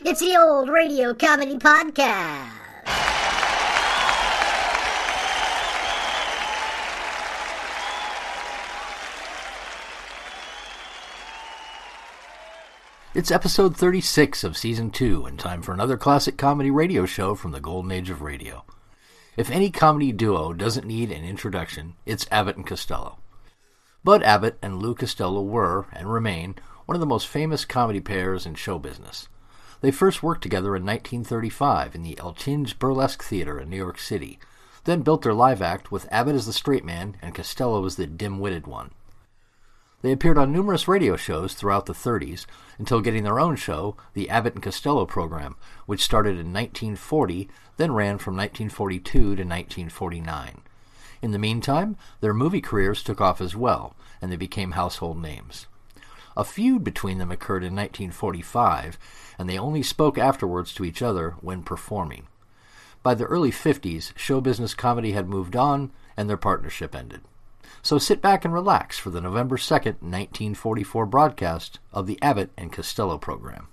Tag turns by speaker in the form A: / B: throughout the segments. A: It's the old radio comedy podcast.
B: It's episode 36 of season 2 and time for another classic comedy radio show from the golden age of radio. If any comedy duo doesn't need an introduction, it's Abbott and Costello. Bud Abbott and Lou Costello were, and remain, one of the most famous comedy pairs in show business. They first worked together in 1935 in the Eltinge Burlesque Theater in New York City, then built their live act with Abbott as the straight man and Costello as the dim witted one. They appeared on numerous radio shows throughout the 30s until getting their own show, the Abbott and Costello program, which started in 1940, then ran from 1942 to 1949. In the meantime, their movie careers took off as well, and they became household names. A feud between them occurred in 1945, and they only spoke afterwards to each other when performing. By the early 50s, show business comedy had moved on, and their partnership ended. So sit back and relax for the November 2nd, 1944 broadcast of the Abbott and Costello program.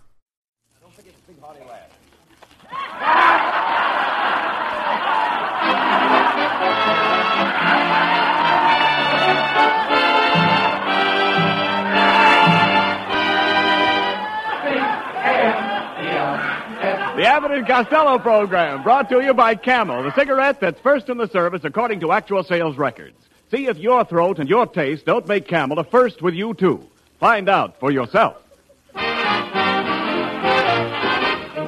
C: The Abbott and Costello program brought to you by Camel, the cigarette that's first in the service according to actual sales records. See if your throat and your taste don't make Camel a first with you, too. Find out for yourself.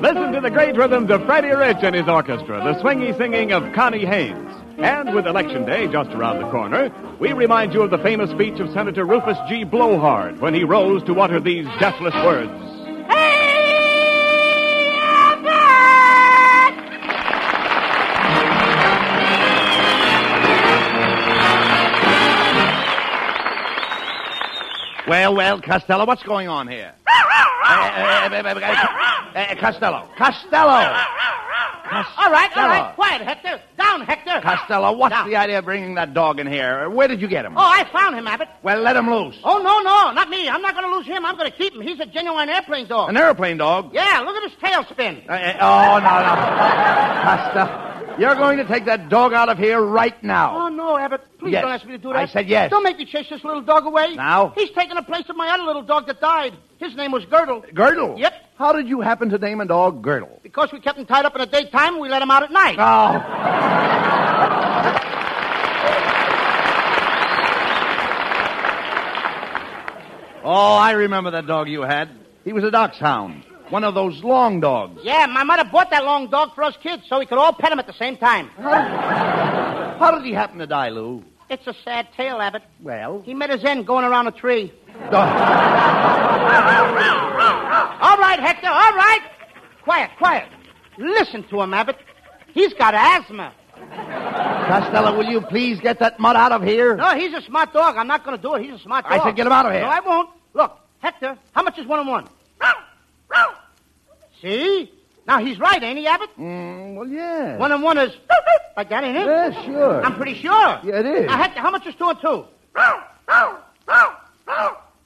C: Listen to the great rhythms of Freddie Rich and his orchestra, the swingy singing of Connie Haynes. And with Election Day just around the corner, we remind you of the famous speech of Senator Rufus G. Blowhard when he rose to utter these deathless words.
D: Well, well, Costello, what's going on here? Uh, uh, uh, uh, uh, Costello, Costello,
E: All right, all
D: Stella.
E: right. Quiet, Hector. Down, Hector.
D: Costello, what's
E: Down.
D: the idea of bringing that dog in here? Where did you get him?
E: Oh, I found him, Abbott.
D: Well, let him loose.
E: Oh, no, no, not me. I'm not going to lose him. I'm going to keep him. He's a genuine airplane dog.
D: An airplane dog?
E: Yeah, look at his tail spin.
D: Uh, uh, oh, no, no. Costello, you're going to take that dog out of here right
E: Oh,
D: now.
E: no, Abbott. Please
D: Yes.
E: don't ask me to do that.
D: I said yes.
E: Don't make me chase this little dog away.
D: Now?
E: He's taking the place of my other little dog that died. His name was Girdle.
D: Girdle?
E: Yep.
D: How did you happen to name a dog Girdle?
E: Because we kept him tied up in the daytime, we let him out at night.
D: Oh. oh, I remember that dog you had. He was a dachshund, one of those long dogs.
E: yeah, my mother bought that long dog for us kids so we could all pet him at the same time.
D: How did he happen to die, Lou?
E: It's a sad tale, Abbott.
D: Well,
E: He met his end going around a tree.
D: oh,
E: All right, Hector, all right. Quiet, quiet. Listen to him, Abbott. He's got asthma.
D: Costello, will you please get that mutt out of here?
E: No, he's a smart dog. I'm not going to do it. He's a smart dog.
D: I said get him out of here.
E: No, I won't. Look, Hector, how much is one on one? See? Now, he's right, ain't he, Abbott?
D: Mm, well, yeah.
E: One on one is like that, ain't it?
D: Yeah, sure.
E: I'm pretty sure.
D: Yeah, it is.
E: Now, Hector, how much is two and two?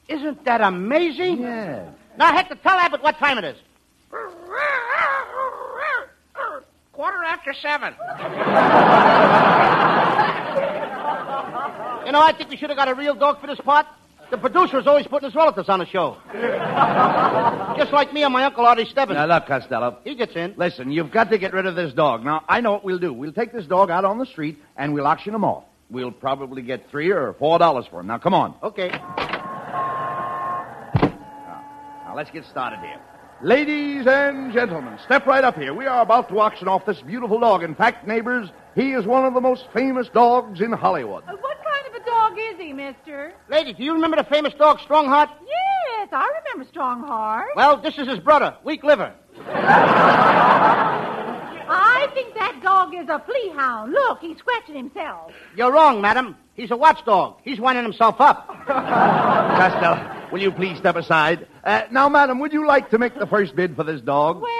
E: Isn't that amazing?
D: Yeah.
E: Now, Hector, tell Abbott what time it is. Quarter after seven. you know, I think we should have got a real dog for this part. The producer is always putting his relatives on the show. Just like me and my uncle Artie Stebbins.
D: Now, look, Costello.
E: he gets in.
D: Listen, you've got to get rid of this dog. Now, I know what we'll do. We'll take this dog out on the street and we'll auction him off. We'll probably get three or four dollars for him. Now, come on.
E: Okay.
D: Now, let's get started here. Ladies and gentlemen, step right up here. We are about to auction off this beautiful dog. In fact, neighbors, he is one of the most famous dogs in Hollywood.
F: Uh, What kind of a dog is he, mister?
E: Lady, do you remember the famous dog, Strongheart?
F: Yes, I remember Strongheart.
E: Well, this is his brother, Weak Liver.
F: I think that dog is a flea hound. Look, he's scratching himself.
E: You're wrong, madam. He's a watchdog. He's winding himself up.
D: Costello, Uh, will you please step aside? Uh, now, madam, would you like to make the first bid for this dog?
F: Well,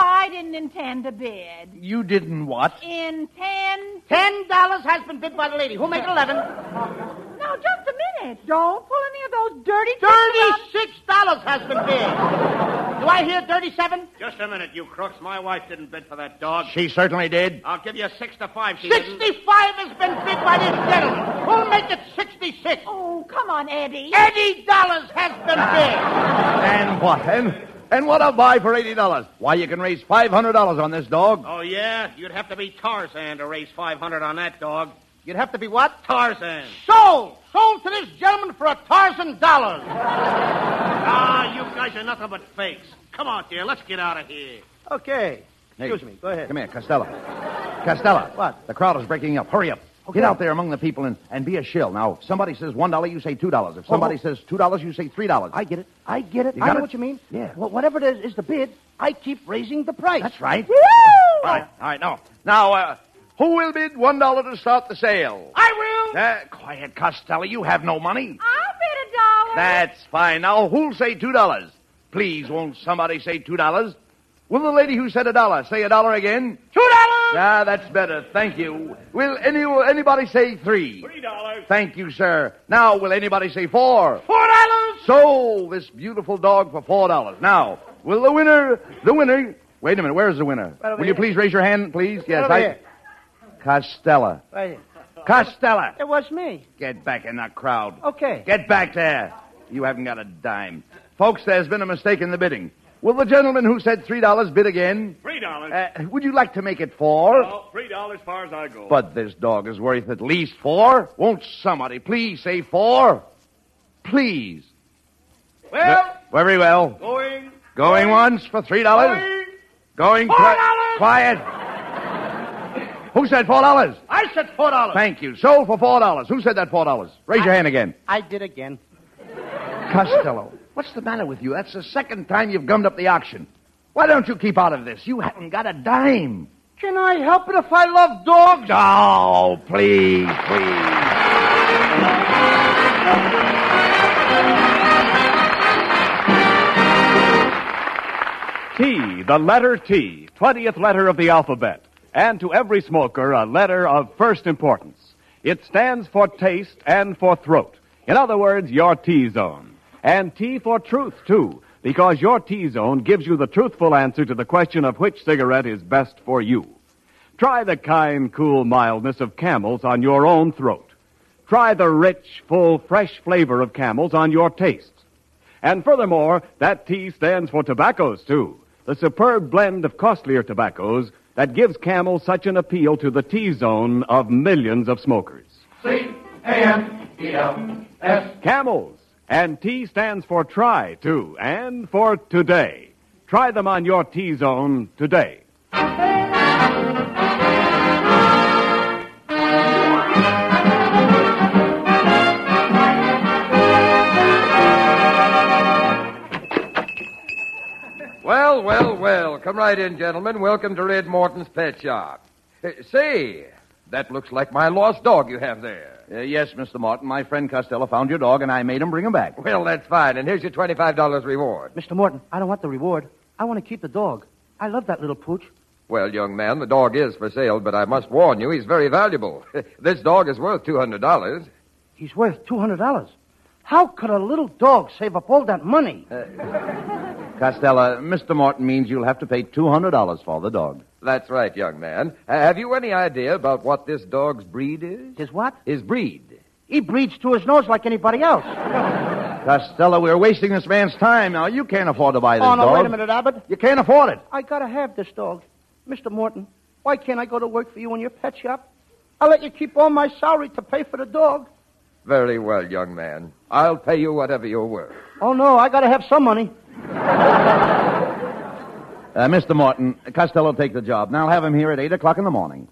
F: I didn't intend to bid.
D: You didn't what?
F: Intend?
E: Ten dollars has been bid by the lady. Who'll make eleven?
F: Now, just a minute. Don't pull any of those dirty
E: Thirty-six dollars has been bid. Do I hear thirty-seven?
G: Just a minute, you crooks. My wife didn't bid for that dog.
D: She certainly did.
G: I'll give you six to five. She didn't.
E: Sixty-five has been bid by this gentleman. Who'll make it sixty-six?
F: Oh, come on, Eddie.
E: Eighty dollars has been bid.
D: And what? And, and what a buy for $80. Why, you can raise $500 on this dog.
G: Oh, yeah? You'd have to be Tarzan to raise 500 on that dog.
E: You'd have to be what?
G: Tarzan.
E: Sold! Sold to this gentleman for a thousand dollars.
G: Ah, you guys are nothing but fakes. Come on, dear. Let's get out of here.
E: Okay. Excuse me. Go ahead.
D: Come here, Costello. Costello. What? The crowd is breaking up. Hurry up. Get out there among the people and, and be a shill. Now, if somebody says $1, you say $2. If somebody
E: Oh.
D: says $2, you say $3.
E: I get it. I get it.
D: You
E: I
D: got
E: know
D: it?
E: what you mean.
D: Yeah.
E: Well, whatever it is, is the bid, I keep raising the price.
D: That's right.
F: Woo!
D: All right, all right, now. Now, uh, who will bid $1 to start the sale?
E: I will.
D: Uh, quiet, Costello. You have no money.
F: I'll bid a dollar.
D: That's fine. Now, who'll say two dollars? Please, won't somebody say two dollars? Will the lady who said a dollar say a dollar again?
E: Two dollars.
D: Ah, that's better. Thank you. Will any anybody say three?
G: Three dollars.
D: Thank you, sir. Now, will anybody say four?
E: Four dollars.
D: Sold this beautiful dog for four dollars. Now, will the winner? The winner. Wait a minute. Where's the winner?
E: Right over
D: will
E: here.
D: you please raise your hand, please? Yes,
E: over
D: I.
E: here.
D: Costello.
E: Right.
D: Costello.
E: It was me.
D: Get back in that crowd.
E: Okay.
D: Get back there. You haven't got a dime. Folks, there's been a mistake in the bidding. Will the gentleman who said $3 bid again?
G: Three dollars.
D: Uh, would you like to make it four?
G: Oh, three dollars far as I go.
D: But this dog is worth at least four. Won't somebody please say four? Please.
G: well,
D: Very well.
G: going.
D: Going once for $3?
C: Oh.
G: Going.
D: Going
G: Four
D: twi-
G: dollars.
D: Quiet. who said $4?
E: I said four dollars.
D: Thank you. Sold for $4. Who said that $4? Raise your hand again.
E: I did again.
D: Costello, what's the matter with you? That's the second time you've gummed up the auction. Why don't you keep out of this? You haven't got a dime.
E: Can I help it if I love dogs?
D: Oh, please, please.
C: T, the letter T, 20th letter of the alphabet, and to every smoker a letter of first importance. It stands for taste and for throat. In other words, your T zone. And T for truth, too, because your T zone gives you the truthful answer to the question of which cigarette is best for you. Try the kind, cool mildness of camels on your own throat. Try the rich, full, fresh flavor of camels on your taste. And furthermore, that T stands for tobaccos, too. The superb blend of costlier tobaccos that gives Camel such an appeal to the T zone of millions of smokers. C-A-M-E-L-S. Camels. And T stands for try, too, and for today. Try them on your T zone today.
H: Well, well, well. Come right in, gentlemen. Welcome to Red Morton's Pet Shop. Uh, say, that looks like my lost dog you have there.
D: Uh, yes, Mr. Martin, my friend Costello found your dog, and I made him bring him back.
H: Well, that's fine. And here's your $25 reward.
E: Mr. Morton, I don't want the reward. I want to keep the dog. I love that little pooch.
H: Well, young man, the dog is for sale, but I must warn you, he's very valuable. this dog is worth $200.
E: He's worth two hundred dollars. How could a little dog save up all that money?
D: Uh, Costello, Mr. Martin means you'll have to pay $200 for the dog.
H: That's right, young man. Uh, have you any idea about what this dog's breed is?
E: His what?
H: His breed.
E: He breathes through his nose like anybody else.
D: Costello, we're wasting this man's time now. You can't afford to buy this
E: oh, no,
D: dog.
E: wait a minute, Abbott.
D: You can't afford it.
E: I gotta have this dog. Mr. Morton, why can't I go to work for you in your pet shop? I'll let you keep all my salary to pay for the dog.
H: Very well, young man. I'll pay you whatever you're worth.
E: Oh, no, I gotta have some money.
D: Uh, Mr. Morton, Costello take the job. Now have him here at 8 o'clock in the morning.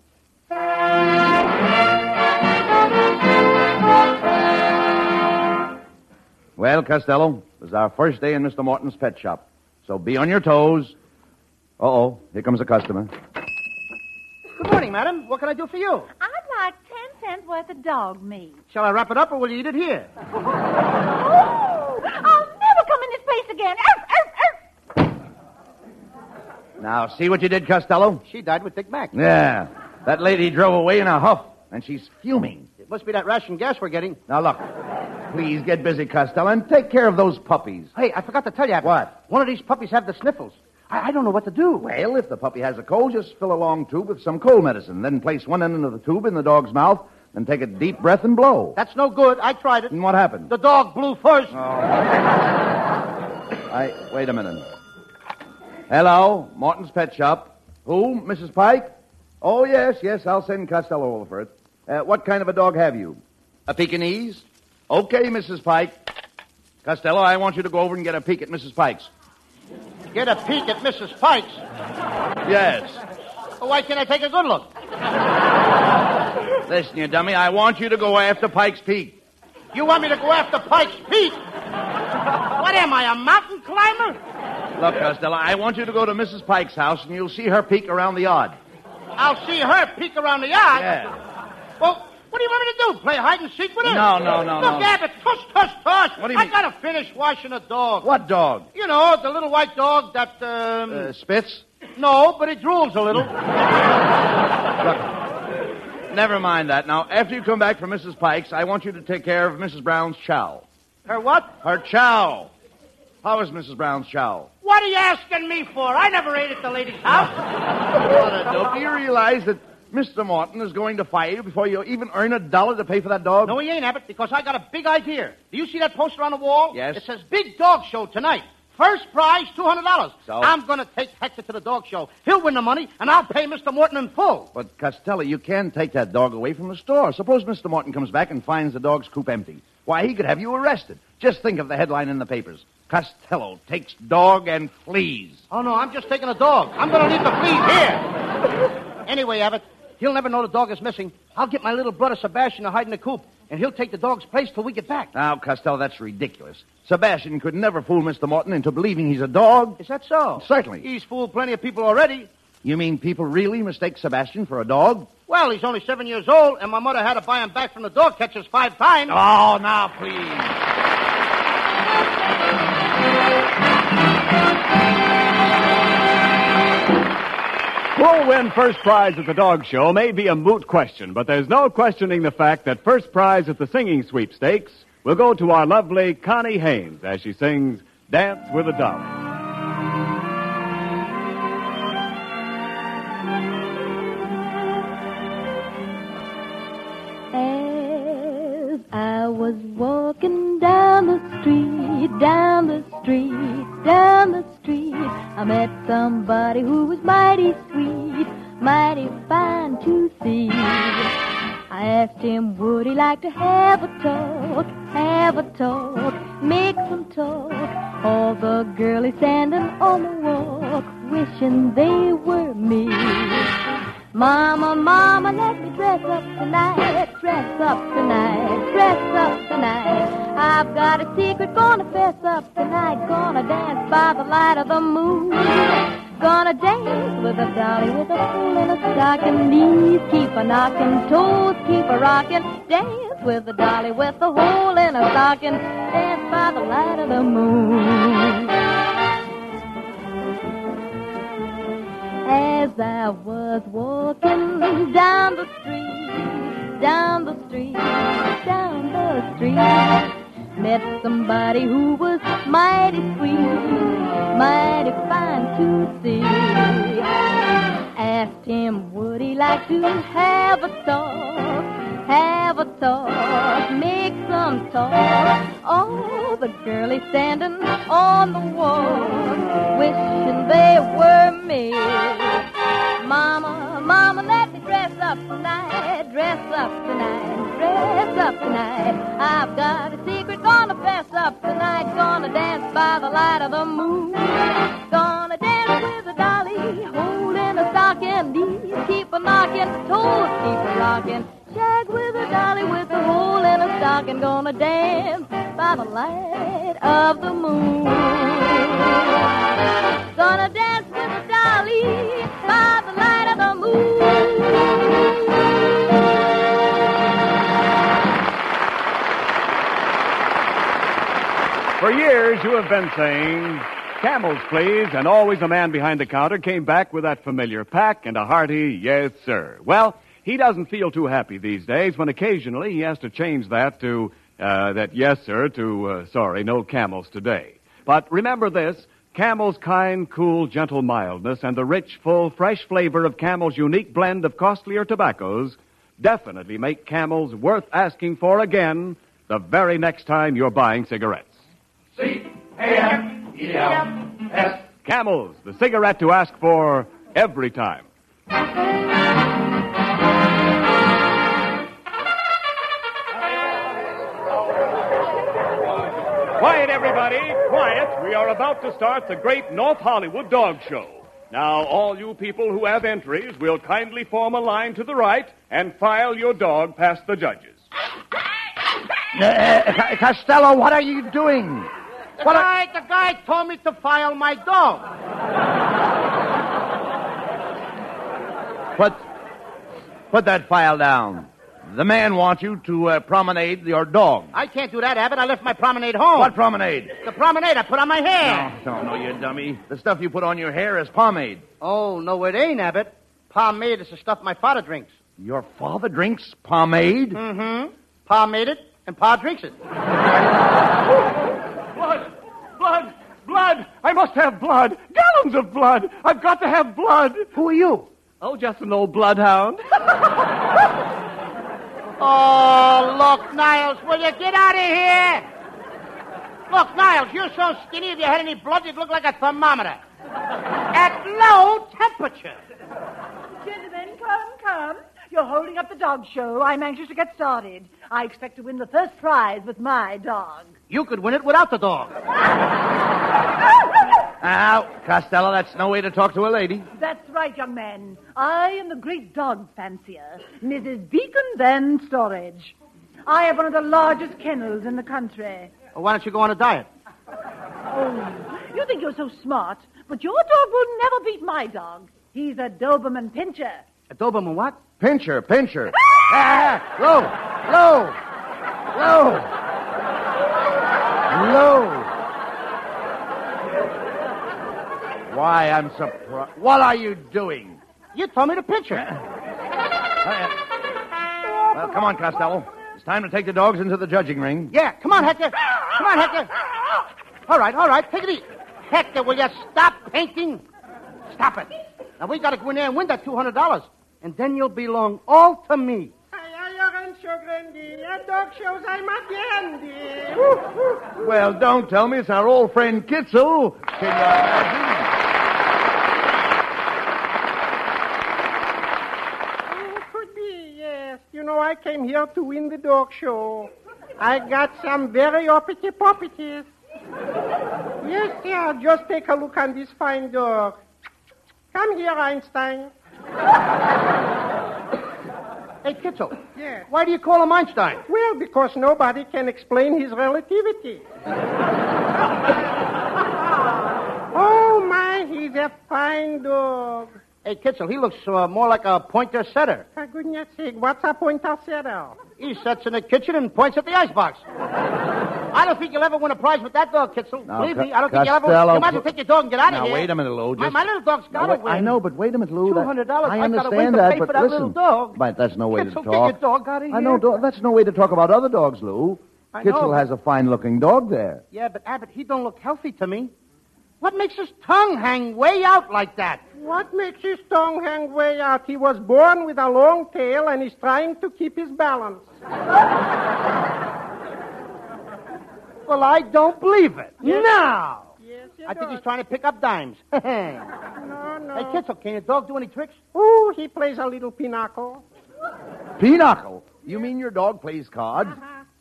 D: Well, Costello, it was our first day in Mr. Morton's pet shop. So be on your toes. Uh oh, here comes a customer.
E: Good morning, madam. What can I do for you?
F: I'd like ten cents worth of dog meat.
E: Shall I wrap it up or will you eat it here?
F: Oh, I'll never come in this place again. Arf, arf, arf.
D: Now, see what you did, Costello?
E: She died with Dick Mack.
D: Yeah. That lady drove away in a huff, and she's fuming.
E: It must be that ration gas we're getting.
D: Now, look. Please get busy, Costello, and take care of those puppies.
E: Hey, I forgot to tell you. Abner.
D: What?
E: One of these puppies have the sniffles. I, I don't know what to do.
D: Well, if the puppy has a cold, just fill a long tube with some cold medicine, then place one end of the tube in the dog's mouth, then take a deep breath and blow.
E: That's no good. I tried it.
D: And what happened?
E: The dog blew first.
D: I wait a minute. Hello, Morton's Pet Shop. Who, Mrs. Pike? Oh yes, yes. I'll send Costello over for it. Uh, what kind of a dog have you? A Pekingese. Okay, Mrs. Pike. Costello, I want you to go over and get a peek at Mrs. Pike's.
E: Get a peek at Mrs. Pike's.
D: Yes.
E: Why can't I take a good look?
D: Listen, you dummy. I want you to go after Pike's Peak.
E: You want me to go after Pike's Peak? What am I, a mountain climber?
D: Look, Costello, I want you to go to Mrs. Pike's house, and you'll see her peek around the yard.
E: I'll see her peek around the yard.
D: Yeah.
E: Well, what do you want me to do? Play hide and seek with her?
D: No, no, no,
E: Look,
D: no.
E: Abbott, tush, tush, tush.
D: What do you
E: I
D: mean?
E: gotta finish washing a dog.
D: What dog?
E: You know, the little white dog that, um...
D: Uh, Spitz?
E: no, but it drools a little.
D: Never mind that. Now, after you come back from Mrs. Pike's, I want you to take care of Mrs. Brown's chow.
E: Her what?
D: Her chow. How is Mrs. Brown's chow?
E: What are you asking me for? I never ate at the lady's house.
D: Do you realize that Mr. Morton is going to fire you before you even earn a dollar to pay for that dog?
E: No, he ain't, Abbott, because I got a big idea. Do you see that poster on the wall?
D: Yes.
E: It says Big Dog Show tonight. First prize, $200.
D: So?
E: I'm going to take Hector to the dog show. He'll win the money, and I'll pay Mr. Morton in full.
D: But, Costello, you can't take that dog away from the store. Suppose Mr. Morton comes back and finds the dog's coop empty. Why, he could have you arrested. Just think of the headline in the papers. Costello takes dog and flees.
E: Oh, no, I'm just taking a dog. I'm going to leave the fleas here. anyway, Abbott, he'll never know the dog is missing. I'll get my little brother Sebastian to hide in the coop, and he'll take the dog's place till we get back.
D: Now, Costello, that's ridiculous. Sebastian could never fool Mr. Morton into believing he's a dog.
E: Is that so?
D: Certainly.
E: He's fooled plenty of people already.
D: You mean people really mistake Sebastian for a dog?
E: Well, he's only seven years old, and my mother had to buy him back from the dog catchers five times.
D: Oh, now, please.
C: Who'll win first prize at the dog show may be a moot question, but there's no questioning the fact that first prize at the singing sweepstakes will go to our lovely Connie Haynes as she sings Dance with a Dove.
I: As I was walking down the street, down the street, down the street, I met somebody who was mighty sweet, mighty fine to see. I asked him, would he like to have a talk, have a talk, make some talk? All the girlies standing on the walk, wishing they were me. Mama, mama, let me dress up tonight, dress up tonight, dress up tonight. I've got a secret, gonna fess up tonight, gonna dance by the light of the moon. Gonna dance with a dolly, with a fool in a stocking, knees keep a knocking, toes keep a rocking, dance with a dolly, with a hole in a stocking, dance by the light of the moon. As I was walking down the street, down the street, down the street, met somebody who was mighty sweet, mighty fine to see. Asked him, would he like to have a talk, have a talk, make some talk? All the girlies standing on the wall, wishing they were me. Mama, mama, let me dress up tonight, dress up tonight, dress up tonight. I've got a secret, gonna dress up tonight, gonna dance by the light of the moon. Gonna dance with a dolly, knocking, knees keep a knocking, toes keep a rocking. Shag with a dolly with a hole in a stocking, gonna dance by the light of the moon. Gonna dance with a dolly by the light of the moon.
C: For years, you have been saying, camels, please, and always the man behind the counter came back with that familiar pack and a hearty, yes, sir. Well, he doesn't feel too happy these days when occasionally he has to change that to, uh, that yes, sir, to, uh, sorry, no camels today. But remember this, Camel's kind, cool, gentle mildness and the rich, full, fresh flavor of Camel's unique blend of costlier tobaccos definitely make Camels worth asking for again the very next time you're buying cigarettes. Camels, the cigarette to ask for every time. Quiet, everybody, quiet. We are about to start the great North Hollywood Dog Show. Now, all you people who have entries will kindly form a line to the right and file your dog past the judges.
D: Uh, Costello, what are you doing?
E: The guy, the guy told me to file my dog.
D: Put, put that file down. The man wants you to uh, promenade your dog.
E: I can't do that, Abbott. I left my promenade
C: Oh.
E: home.
D: What promenade?
E: The promenade I put on my hair.
D: No, no, you dummy. The stuff you put on your hair is pomade.
E: Oh, no, it ain't, Abbott. Pomade is the stuff my father drinks.
D: Your father drinks pomade?
C: Hmm.
E: Mm-hmm. Pa made it, and Pa drinks it.
C: Blood! Blood! Blood! I must have blood! Gallons of blood! I've got to have blood!
E: Who are you?
C: Oh, just an old bloodhound.
E: Oh, look, Niles, will you get out of here? Look, Niles, you're so skinny, if you had any blood, you'd look like a thermometer. At low temperature.
F: Gentlemen, come, come. You're holding up the dog show. I'm anxious to get started. I expect to win the first prize with my dog.
E: You could win it without the dog.
D: Now, Costello, that's no way to talk to a lady.
F: That's right, young man. I am the great dog fancier, Mrs. Beacon Van Storage. I have one of the largest kennels in the country.
E: Well, why don't you go on a diet?
F: Oh, you think you're so smart, but your dog will never beat my dog. He's a Doberman pincher.
E: A Doberman what?
D: Pincher, pincher. ah, low, low, low, low. Why, I'm surprised. What are you doing?
E: You told me to picture.
D: Well, come on, Costello. It's time to take the dogs into the judging ring.
E: Yeah, come on, Hector. Come on, Hector. All right, all right, take it easy. Hector, will you stop painting? Stop it. Now, we got to go in there and win that $200, and then you'll belong all to me.
D: Well, don't tell me it's our old friend Kitzel. Can you imagine?
J: Could be, yes. You know, I came here to win the dog show. I got some very uppity poppities. Yes, sir. Just take a look on this fine dog. Come here, Einstein.
E: Hey, Kitzel,
J: Yes.
E: why do you call him Einstein?
J: Well, because nobody can explain his relativity. oh, my, he's a fine dog.
E: Hey, Kitzel, he looks uh, more like a pointer setter.
J: For goodness sake, what's a pointer setter?
E: He sits in the kitchen and points at the icebox. I don't think you'll ever win a prize with that dog, Kitzel.
D: Now,
E: Believe
D: Co-
E: me, I don't think you'll ever.
D: Costello,
E: You might as well
D: pl-
E: take your dog and get out of
D: Now,
E: here.
D: wait a minute, Lou.
E: My-
D: Just-
E: my, little dog's
D: Now,
E: got to
D: wait-
E: win.
D: I know, but wait a minute, Lou. that-
E: $200.
D: I
E: I've gotta wait
D: understand
E: to
D: that,
E: pay
D: but
E: for that
D: listen.
E: little dog.
D: But that's no way to
E: Kitzel, get
D: talk.
E: your dog out of
D: I
E: here.
D: know. do- That's no way to talk about other dogs, Lou.
E: I know.
D: Kitzel has a fine-looking dog there.
E: Yeah, but Abbott, he don't look healthy to me. What makes his tongue hang way out like that?
J: What makes his tongue hang way out? He was born with a long tail and he's trying to keep his balance.
E: Well, I don't believe it. Now,
J: Yes,
E: I think he's trying to pick up dimes. hey,
J: No, no.
E: Kitzel, can your dog do any tricks?
J: Ooh, he plays a little pinochle.
D: Pinochle? You mean your dog plays cards?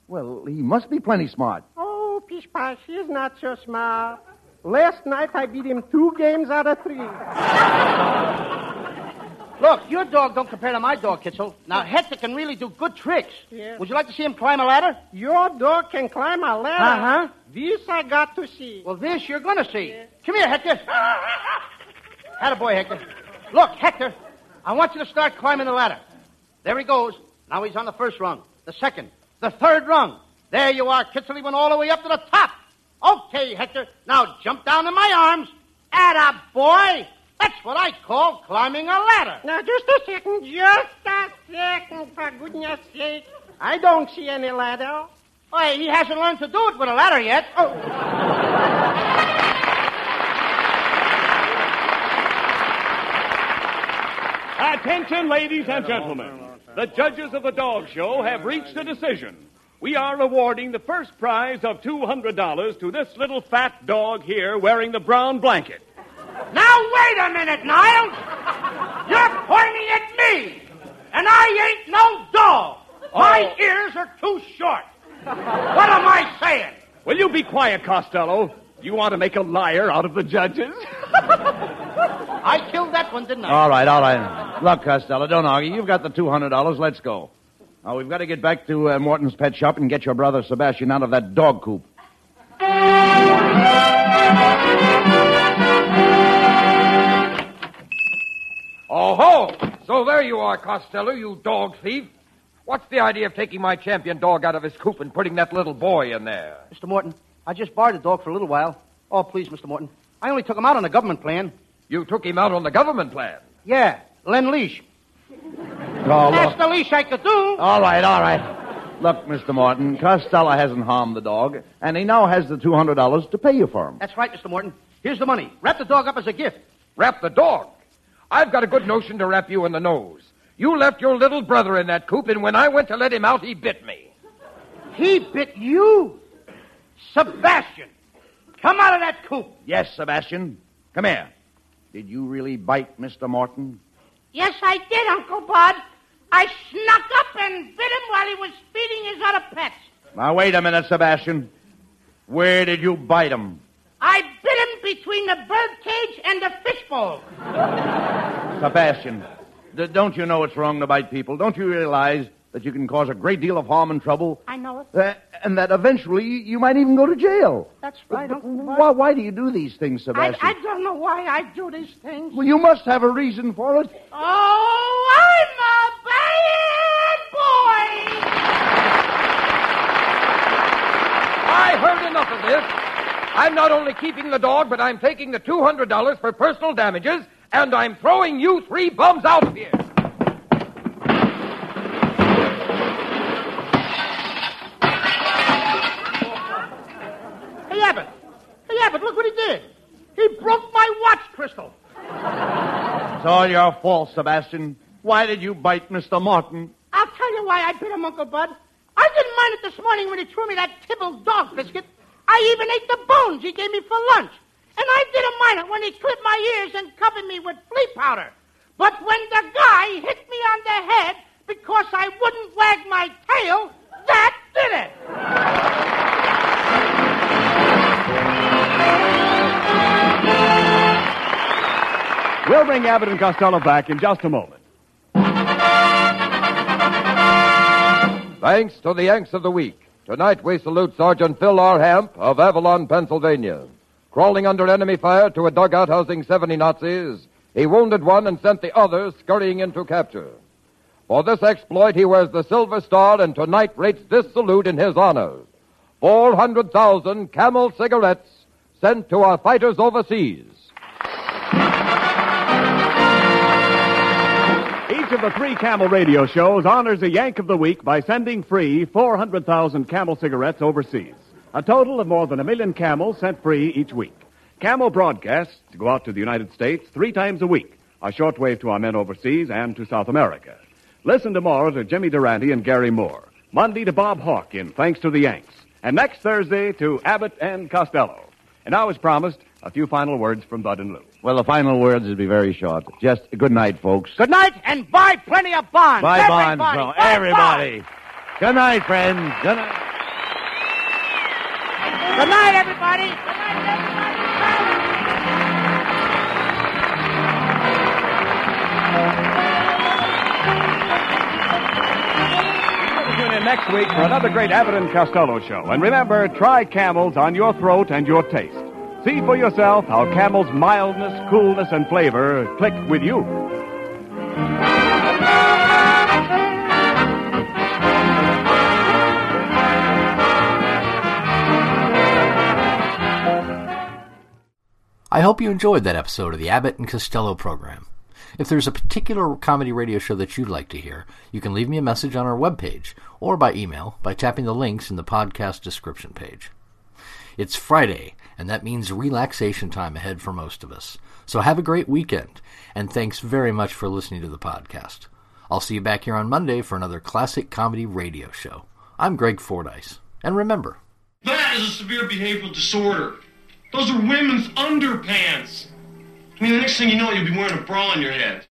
D: Well, he must be plenty smart.
J: Oh, Pish Posh, he's not so smart. Last night I beat him two games out of three.
E: Look, your dog don't compare to my dog, Kitzel. Now, Hector can really do good tricks.
J: Yes.
E: Would you like to see him climb a ladder?
J: Your dog can climb a ladder.
E: Uh-huh.
J: This I got to see.
E: Well, this you're going to see. Come here, Hector. Had a boy, Hector. Look, Hector, I want you to start climbing the ladder. There he goes. Now he's on the first rung, the second, the third rung. There you are, Kitzel. He went all the way up to the top. Okay, Hector. Now jump down in my arms. Atta boy. That's what I call climbing a ladder.
J: Now, just a second, just a second, for goodness sake. I don't see any ladder.
E: Why, he hasn't learned to do it with a ladder yet. Oh.
C: Attention, ladies and gentlemen. The judges of the dog show have reached a decision. We are awarding the first prize of $200 to this little fat dog here wearing the brown blanket.
G: Now, wait a minute, Niles. You're pointing at me, and I ain't no dog. My
E: Oh.
G: ears are too short. What am I saying?
C: Will you be quiet, Costello? You want to make a liar out of the judges?
E: I killed that one, didn't I?
D: All right, all right. Look, uh, Costello, don't argue. You've got the $200. Let's go. Now, we've got to get back to uh, Morton's pet shop and get your brother Sebastian out of that dog coop.
H: Oh ho! So there you are, Costello, you dog thief. What's the idea of taking my champion dog out of his coop and putting that little boy in there?
E: Mr. Morton, I just borrowed the dog for a little while. Oh, please, Mr. Morton. I only took him out on the government plan.
H: You took him out on the government plan?
E: Yeah, Len Leash.
D: Oh,
E: That's
D: look.
E: the leash I could do.
D: All right, all right. Look, Mr. Morton, Costello hasn't harmed the dog, and he now has the $200 to pay you for him.
E: That's right, Mr. Morton. Here's the money. Wrap the dog up as a gift.
H: Wrap the dog. I've got a good notion to wrap you in the nose. You left your little brother in that coop, and when I went to let him out, he bit me.
E: He bit you. Sebastian, come out of that coop.
D: Yes, Sebastian. Come here. Did you really bite Mr. Morton?
K: Yes, I did, Uncle Bud. I snuck up and bit him while he was feeding his other pets.
D: Now, wait a minute, Sebastian. Where did you bite him?
K: I bit him between the bird cage and the fishbowl.
D: Sebastian, d- don't you know it's wrong to bite people? Don't you realize that you can cause a great deal of harm and trouble?
K: I know it.
D: Uh, and that eventually you- you might even go to jail.
K: That's right,
D: But- but
K: Uncle Bud.
D: why, why do you do these things,
K: I,
D: Sebastian?
K: I don't know why I do these things.
D: Well, you must have a reason for it.
K: Oh, I'm a bad boy.
H: I heard enough of this. I'm not only keeping the dog, but I'm taking the $200 for personal damages, and I'm throwing you three bums out of here.
E: Hey, Abbott. Hey, Abbott, look what he did. He broke my watch crystal.
D: It's all your fault, Sebastian. Why did you bite Mr. Morton?
E: I'll tell you why I bit him, Uncle Bud. I didn't mind it this morning when he threw me that kibble dog biscuit. I even ate the bones he gave me for lunch. And I didn't mind it when he clipped my ears and covered me with flea powder. But when the guy hit me on the head because I wouldn't wag my tail, that did it.
C: We'll bring Abbott and Costello back in just a moment.
H: Thanks to the Yanks of the Week. Tonight we salute Sergeant Phil R. Hamp of Avalon, Pennsylvania. Crawling under enemy fire to a dugout housing 70 Nazis, he wounded one and sent the other scurrying into capture. For this exploit, he wears the Silver Star and tonight rates this salute in his honor. 400,000 camel cigarettes sent to our fighters overseas.
C: Each of the three Camel radio shows honors a Yank of the Week by sending free 400,000 Camel cigarettes overseas. A total of more than a million Camels sent free each week. Camel broadcasts go out to the United States three times a week, a shortwave to our men overseas and to South America. Listen tomorrow to Jimmy Durante and Gary Moore. Monday to Bob Hawk in Thanks to the Yanks. And next Thursday to Abbott and Costello. And now, as promised, a few final words from Bud and Lou.
D: Well, the final words will be very short. Just good night, folks.
E: Good night and buy plenty of bonds.
D: Bye,
E: everybody.
D: Bonds. Well,
E: Buy
D: everybody. Good night, friends. Good night.
E: bonds. Good night, everybody.
K: Thank you.
C: in next week for another great Abbott and Costello show. And remember, try camels on your throat and your taste. See for yourself how camel's mildness, coolness, and flavor click with you.
B: I hope you enjoyed that episode of the Abbott and Costello program. If there's a particular comedy radio show that you'd like to hear, you can leave me a message on our webpage or by email by tapping the links in the podcast description page. It's Friday, and that means relaxation time ahead for most of us. So have a great weekend, and thanks very much for listening to the podcast. I'll see you back here on Monday for another classic comedy radio show. I'm Greg Fordyce, and remember,
L: That is a severe behavioral disorder. Those are women's underpants. I mean, the next thing you know, you'll be wearing a bra on your head.